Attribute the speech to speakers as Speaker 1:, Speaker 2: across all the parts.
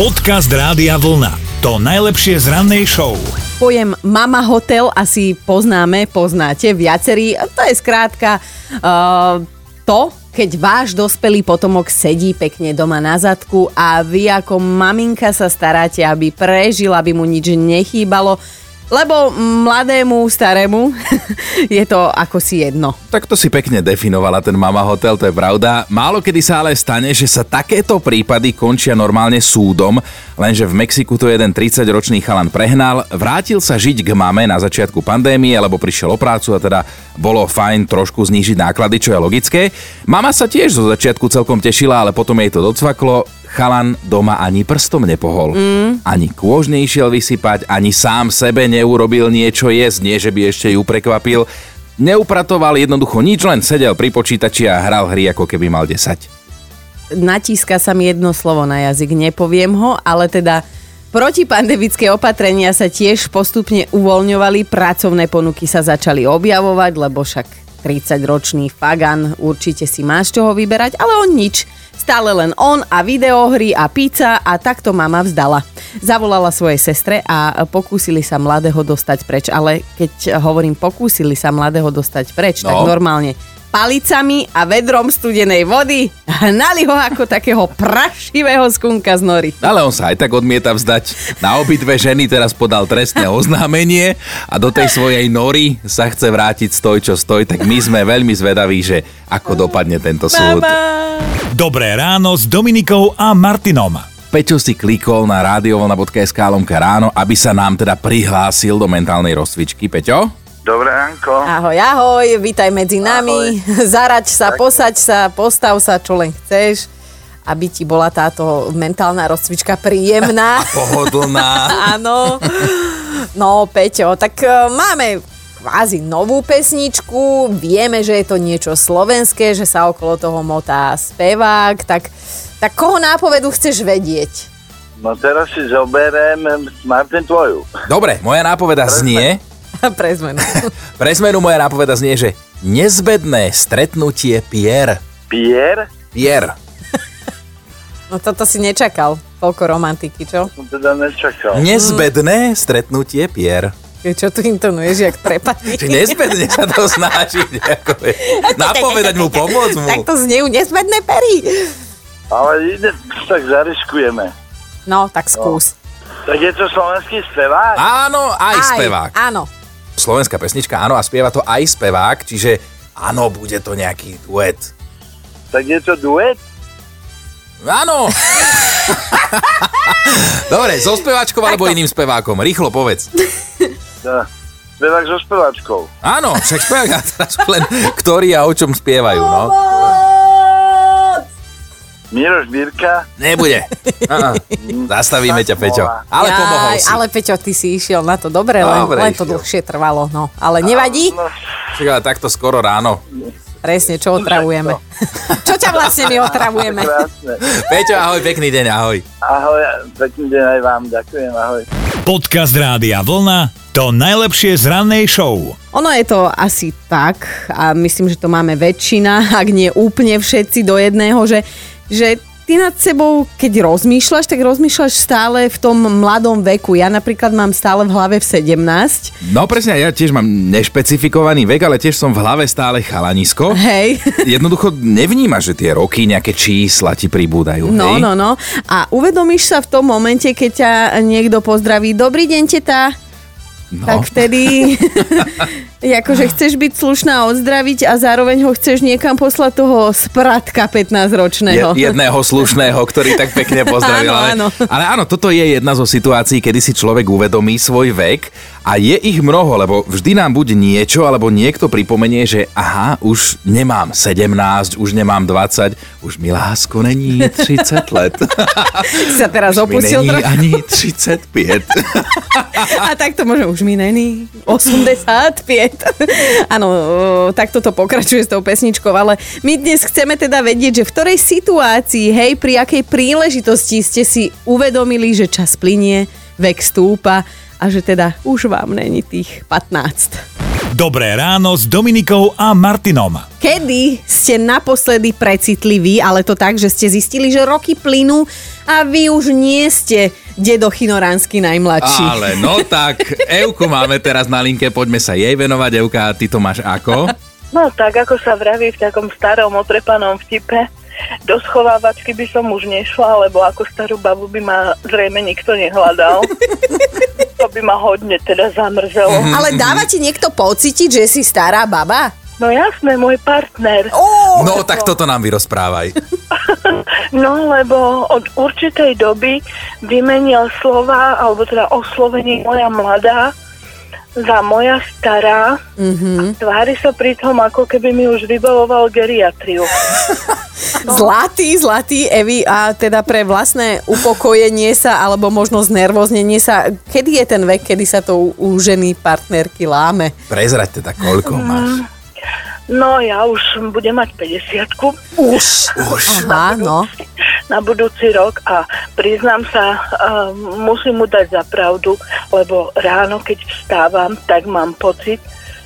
Speaker 1: Podcast Rádia Vlna. To najlepšie z rannej show.
Speaker 2: Pojem Mama Hotel asi poznáme, poznáte viacerí. To je skrátka uh, to, keď váš dospelý potomok sedí pekne doma na zadku a vy ako maminka sa staráte, aby prežil, aby mu nič nechýbalo, lebo mladému, starému je to ako si jedno.
Speaker 3: Tak to si pekne definovala ten Mama Hotel, to je pravda. Málo kedy sa ale stane, že sa takéto prípady končia normálne súdom, lenže v Mexiku to jeden 30-ročný chalan prehnal, vrátil sa žiť k mame na začiatku pandémie, lebo prišiel o prácu a teda bolo fajn trošku znížiť náklady, čo je logické. Mama sa tiež zo začiatku celkom tešila, ale potom jej to docvaklo, chalan doma ani prstom nepohol. Mm. Ani kôž neišiel vysypať, ani sám sebe neurobil niečo jesť, nie že by ešte ju prekvapil. Neupratoval jednoducho nič, len sedel pri počítači a hral hry, ako keby mal 10.
Speaker 2: Natíska sa mi jedno slovo na jazyk, nepoviem ho, ale teda protipandemické opatrenia sa tiež postupne uvoľňovali, pracovné ponuky sa začali objavovať, lebo však 30-ročný Fagan určite si má z čoho vyberať, ale on nič. Stále len on a videohry a pizza a takto mama vzdala. Zavolala svojej sestre a pokúsili sa mladého dostať preč. Ale keď hovorím pokúsili sa mladého dostať preč, no. tak
Speaker 3: No.
Speaker 2: normálne palicami a vedrom studenej vody hnali ho ako takého prašivého skunka z nory.
Speaker 3: Ale on sa aj tak odmieta vzdať. Na obidve ženy teraz podal trestné oznámenie a do tej svojej nory sa chce vrátiť stoj, čo stoj. Tak my sme veľmi zvedaví, že ako dopadne tento súd.
Speaker 1: Dobré ráno s Dominikou a Martinom.
Speaker 3: Peťo si klikol na radiovolna.sk lomka ráno, aby sa nám teda prihlásil do mentálnej rozcvičky. Peťo?
Speaker 4: Dobré ránko.
Speaker 2: Ahoj, ahoj, vítaj medzi nami. Zaraď sa, posaď sa, postav sa, čo len chceš, aby ti bola táto mentálna rozcvička príjemná.
Speaker 3: Pohodlná.
Speaker 2: Áno. No, Peťo, tak e, máme kvázi novú pesničku, vieme, že je to niečo slovenské, že sa okolo toho motá spevák, tak, tak koho nápovedu chceš vedieť?
Speaker 4: No teraz si zoberiem eh, Martin tvoju.
Speaker 3: Dobre, moja nápoveda znie,
Speaker 2: Pre zmenu.
Speaker 3: pre zmenu moja nápoveda znie, že nezbedné stretnutie Pierre.
Speaker 4: Pierre?
Speaker 3: Pierre.
Speaker 2: No toto si nečakal, toľko romantiky, čo?
Speaker 4: Som teda nečakal.
Speaker 3: Nezbedné stretnutie Pierre.
Speaker 2: Čo tu intonuješ, jak prepadne?
Speaker 3: Či nezbedne sa to snažiť, ako je. Napovedať mu, pomôcť mu.
Speaker 2: No, Tak to znejú nesmedné pery.
Speaker 4: Ale ide, tak zariskujeme.
Speaker 2: No, tak skús.
Speaker 4: Tak je to slovenský spevák?
Speaker 3: Áno, aj spevák.
Speaker 2: Áno.
Speaker 3: Slovenská pesnička, áno, a spieva to aj spevák, čiže áno, bude to nejaký duet.
Speaker 4: Tak je to duet?
Speaker 3: Áno. Dobre, so speváčkom alebo iným spevákom. Rýchlo povedz.
Speaker 4: No. Spevák so speváčkou.
Speaker 3: Áno, však spevák a teraz len ktorí a o čom spievajú, no.
Speaker 4: Miroš Birka?
Speaker 3: Nebude. Á, Zastavíme ťa, Peťo. Ale pomohol si.
Speaker 2: Ale Peťo, ty si išiel na to dobre, len,
Speaker 3: Dobre
Speaker 2: len to
Speaker 3: išiel.
Speaker 2: dlhšie trvalo. No, ale nevadí,
Speaker 4: No,
Speaker 3: Však ale takto skoro ráno.
Speaker 2: presne, čo
Speaker 3: no,
Speaker 2: otravujeme. čo ťa vlastne my otravujeme?
Speaker 4: krásne.
Speaker 3: Peťo, ahoj, pekný deň, ahoj.
Speaker 4: Ahoj, a pekný deň aj vám. Ďakujem, ahoj.
Speaker 1: Podcast Rádia Vlna. To najlepšie z rannej show.
Speaker 2: Ono je to asi tak, a myslím, že to máme väčšina, ak nie úplne všetci do jedného, že, že ty nad sebou, keď rozmýšľaš, tak rozmýšľaš stále v tom mladom veku. Ja napríklad mám stále v hlave v 17.
Speaker 3: No presne, ja tiež mám nešpecifikovaný vek, ale tiež som v hlave stále chalanisko.
Speaker 2: Hej.
Speaker 3: Jednoducho nevnímaš, že tie roky, nejaké čísla ti pribúdajú.
Speaker 2: No,
Speaker 3: hej?
Speaker 2: no, no. A uvedomíš sa v tom momente, keď ťa niekto pozdraví, dobrý deň, teta,
Speaker 3: no.
Speaker 2: tak vtedy akože chceš byť slušná a odzdraviť a zároveň ho chceš niekam poslať toho spratka 15-ročného.
Speaker 3: Je- jedného slušného, ktorý tak pekne pozdravil.
Speaker 2: no. Áno,
Speaker 3: ale,
Speaker 2: áno.
Speaker 3: ale áno, toto je jedna zo situácií, kedy si človek uvedomí svoj vek a je ich mnoho, lebo vždy nám buď niečo, alebo niekto pripomenie, že aha, už nemám 17, už nemám 20, už mi lásko není 30 let.
Speaker 2: sa teraz
Speaker 3: už mi
Speaker 2: opustil
Speaker 3: není
Speaker 2: trochu
Speaker 3: ani 35.
Speaker 2: a takto môže už mi není 85. Áno, e, takto to pokračuje s tou pesničkou, ale my dnes chceme teda vedieť, že v ktorej situácii, hej, pri akej príležitosti ste si uvedomili, že čas plinie, vek stúpa a že teda už vám není tých 15.
Speaker 1: Dobré ráno s Dominikou a Martinom.
Speaker 2: Kedy ste naposledy precitliví, ale to tak, že ste zistili, že roky plynú a vy už nie ste dedo Chinoránsky najmladší.
Speaker 3: Ale no tak, Euku máme teraz na linke, poďme sa jej venovať. Euka, ty to máš ako?
Speaker 5: No tak, ako sa vraví v takom starom otrepanom vtipe, do schovávačky by som už nešla, lebo ako starú babu by ma zrejme nikto nehľadal. to by ma hodne teda zamrzelo.
Speaker 2: Ale dáva ti niekto pocítiť, že si stará baba?
Speaker 5: No jasné, môj partner.
Speaker 2: Ó,
Speaker 3: No tak toto nám vyrozprávaj.
Speaker 5: No lebo od určitej doby vymenil slova, alebo teda oslovenie moja mladá za moja stará. Mm-hmm. Tvári sa pritom, ako keby mi už vybavoval geriatriu.
Speaker 2: No. Zlatý, zlatý, Evi, a teda pre vlastné upokojenie sa, alebo možno znervoznenie sa, kedy je ten vek, kedy sa to u, u ženy partnerky láme?
Speaker 3: Prezrať teda, koľko máš.
Speaker 5: No ja už budem mať 50
Speaker 2: Už.
Speaker 3: Už.
Speaker 2: Aha, no.
Speaker 5: na budúci rok a priznám sa, um, musím mu dať za pravdu, lebo ráno, keď vstávam, tak mám pocit,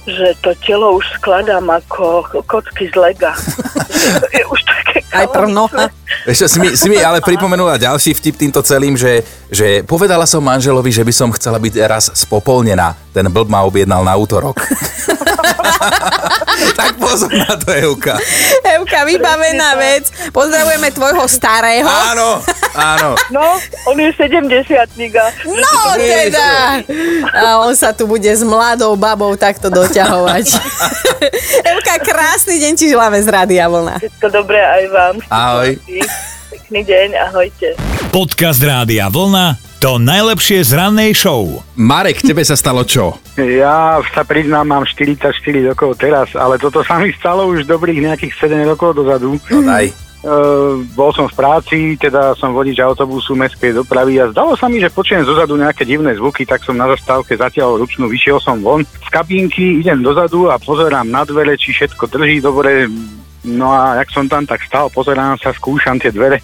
Speaker 5: že to telo už skladám ako kocky z lega. je už také
Speaker 2: Aj pro noha.
Speaker 3: Vieš čo, si mi, si mi ale pripomenula ďalší vtip týmto celým, že, že povedala som manželovi, že by som chcela byť raz spopolnená. Ten blb ma objednal na útorok. tak pozor na to, Euka.
Speaker 2: Evka, vybavená vec. Pozdravujeme tvojho starého.
Speaker 3: Áno, áno.
Speaker 5: No, on je 70 a
Speaker 2: No teda! A on sa tu bude s mladou babou takto doťahovať. Evka, krásny deň ti želáme z Rádia Vlna.
Speaker 5: všetko dobré aj vám.
Speaker 3: Ahoj.
Speaker 5: Pekný deň, ahojte.
Speaker 1: Podcast Rádia Vlna to najlepšie z rannej show.
Speaker 3: Marek, tebe sa stalo čo?
Speaker 6: Ja sa priznám, mám 44 rokov teraz, ale toto sa mi stalo už dobrých nejakých 7 rokov dozadu.
Speaker 3: No daj.
Speaker 6: Uh, bol som v práci, teda som vodič autobusu mestskej dopravy a zdalo sa mi, že počujem zozadu nejaké divné zvuky, tak som na zastávke zatiaľ ručnú, vyšiel som von z kabinky, idem dozadu a pozerám na dvere, či všetko drží dobre. No a jak som tam tak stál, pozerám sa, skúšam tie dvere,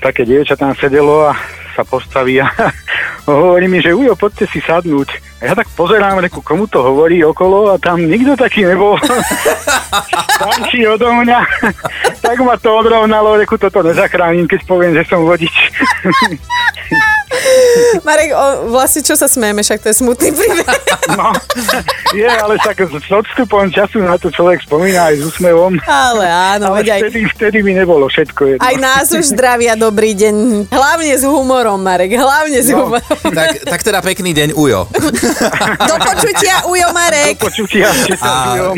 Speaker 6: také dievča tam sedelo a sa postaví a hovorí mi, že ujo, poďte si sadnúť. A ja tak pozerám, reku, komu to hovorí okolo a tam nikto taký nebol. Tančí odo mňa. tak ma to odrovnalo, reku, toto nezachránim, keď poviem, že som vodič.
Speaker 2: Marek, o, vlastne čo sa smejeme, však to je smutný príbeh.
Speaker 6: no, je, ale tak s s odstupom času na to človek spomína aj s úsmevom.
Speaker 2: Ale áno,
Speaker 6: ale
Speaker 2: veď aj,
Speaker 6: vtedy, vtedy mi nebolo všetko jedno.
Speaker 2: aj nás už zdravia dobrý deň. Hlavne s humorom, Marek, hlavne s
Speaker 6: No.
Speaker 2: humorom.
Speaker 3: Tak, tak teda pekný deň, Ujo.
Speaker 2: Do počutia, Ujo Marek.
Speaker 6: Počutia, že sa zjom.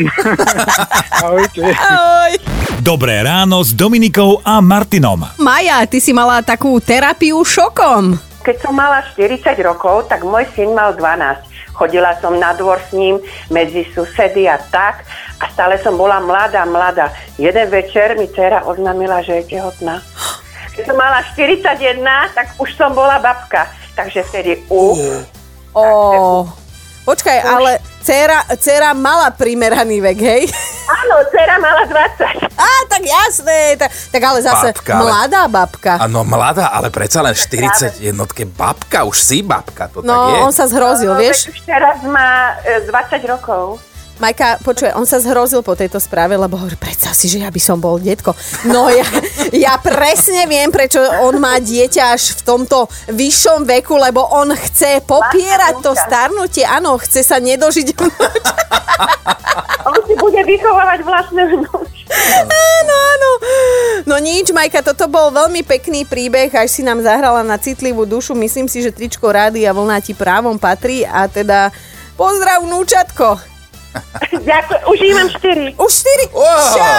Speaker 6: Ahojte.
Speaker 2: Ahoj.
Speaker 1: Dobré ráno s Dominikou a Martinom.
Speaker 2: Maja, ty si mala takú terapiu šokom.
Speaker 7: Keď som mala 40 rokov, tak môj syn mal 12. Chodila som na dvor s ním, medzi susedy a tak. A stále som bola mladá, mladá. Jeden večer mi dcera oznámila, že je tehotná. Keď som mala 41, tak už som bola babka. Takže vtedy u...
Speaker 2: Ó, počkaj, ale dcera, dcera mala primeraný vek, hej?
Speaker 7: Áno, No, dcera mala 20.
Speaker 2: Á, tak jasné, tak, tak ale zase
Speaker 3: Babka,
Speaker 2: babka,
Speaker 3: ale-
Speaker 2: mladá babka. A,
Speaker 3: Áno, mladá, ale predsa len 40 jednotke. Babka, už si babka,
Speaker 2: no,
Speaker 3: to tak je.
Speaker 2: on sa zhrozil,
Speaker 7: No,
Speaker 2: vieš?
Speaker 7: veď Už teraz má e, 20 rokov.
Speaker 2: Majka, počuje, on sa zhrozil po tejto správe, lebo hovorí, predstav si, že ja by som bol detko. No ja, ja presne viem, prečo on má dieťa až v tomto vyššom veku, lebo on chce popierať to
Speaker 7: vnúča.
Speaker 2: starnutie. Áno, chce sa nedožiť.
Speaker 7: On si bude vychovávať vlastné vnúča.
Speaker 2: Áno, áno. No nič, Majka, toto bol veľmi pekný príbeh, až si nám zahrala na citlivú dušu. Myslím si, že tričko rády a vlna ti právom patrí a teda pozdrav, vnúčatko.
Speaker 7: Ďakujem, už imám 4.
Speaker 2: Už 4.
Speaker 3: Wow.
Speaker 2: Čá,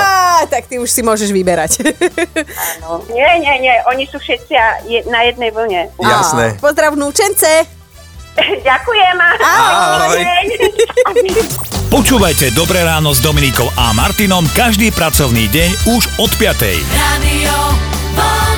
Speaker 2: tak ty už si môžeš vyberať.
Speaker 7: No. Nie, nie, nie, oni sú všetci a je- na jednej vlne.
Speaker 3: Jasné.
Speaker 2: Á, Pozdrav vnúčence.
Speaker 7: Ďakujem.
Speaker 3: Ahoj.
Speaker 7: Ahoj.
Speaker 1: Počúvajte Dobré ráno s Dominikou a Martinom každý pracovný deň už od 5.
Speaker 8: Radio Vlna.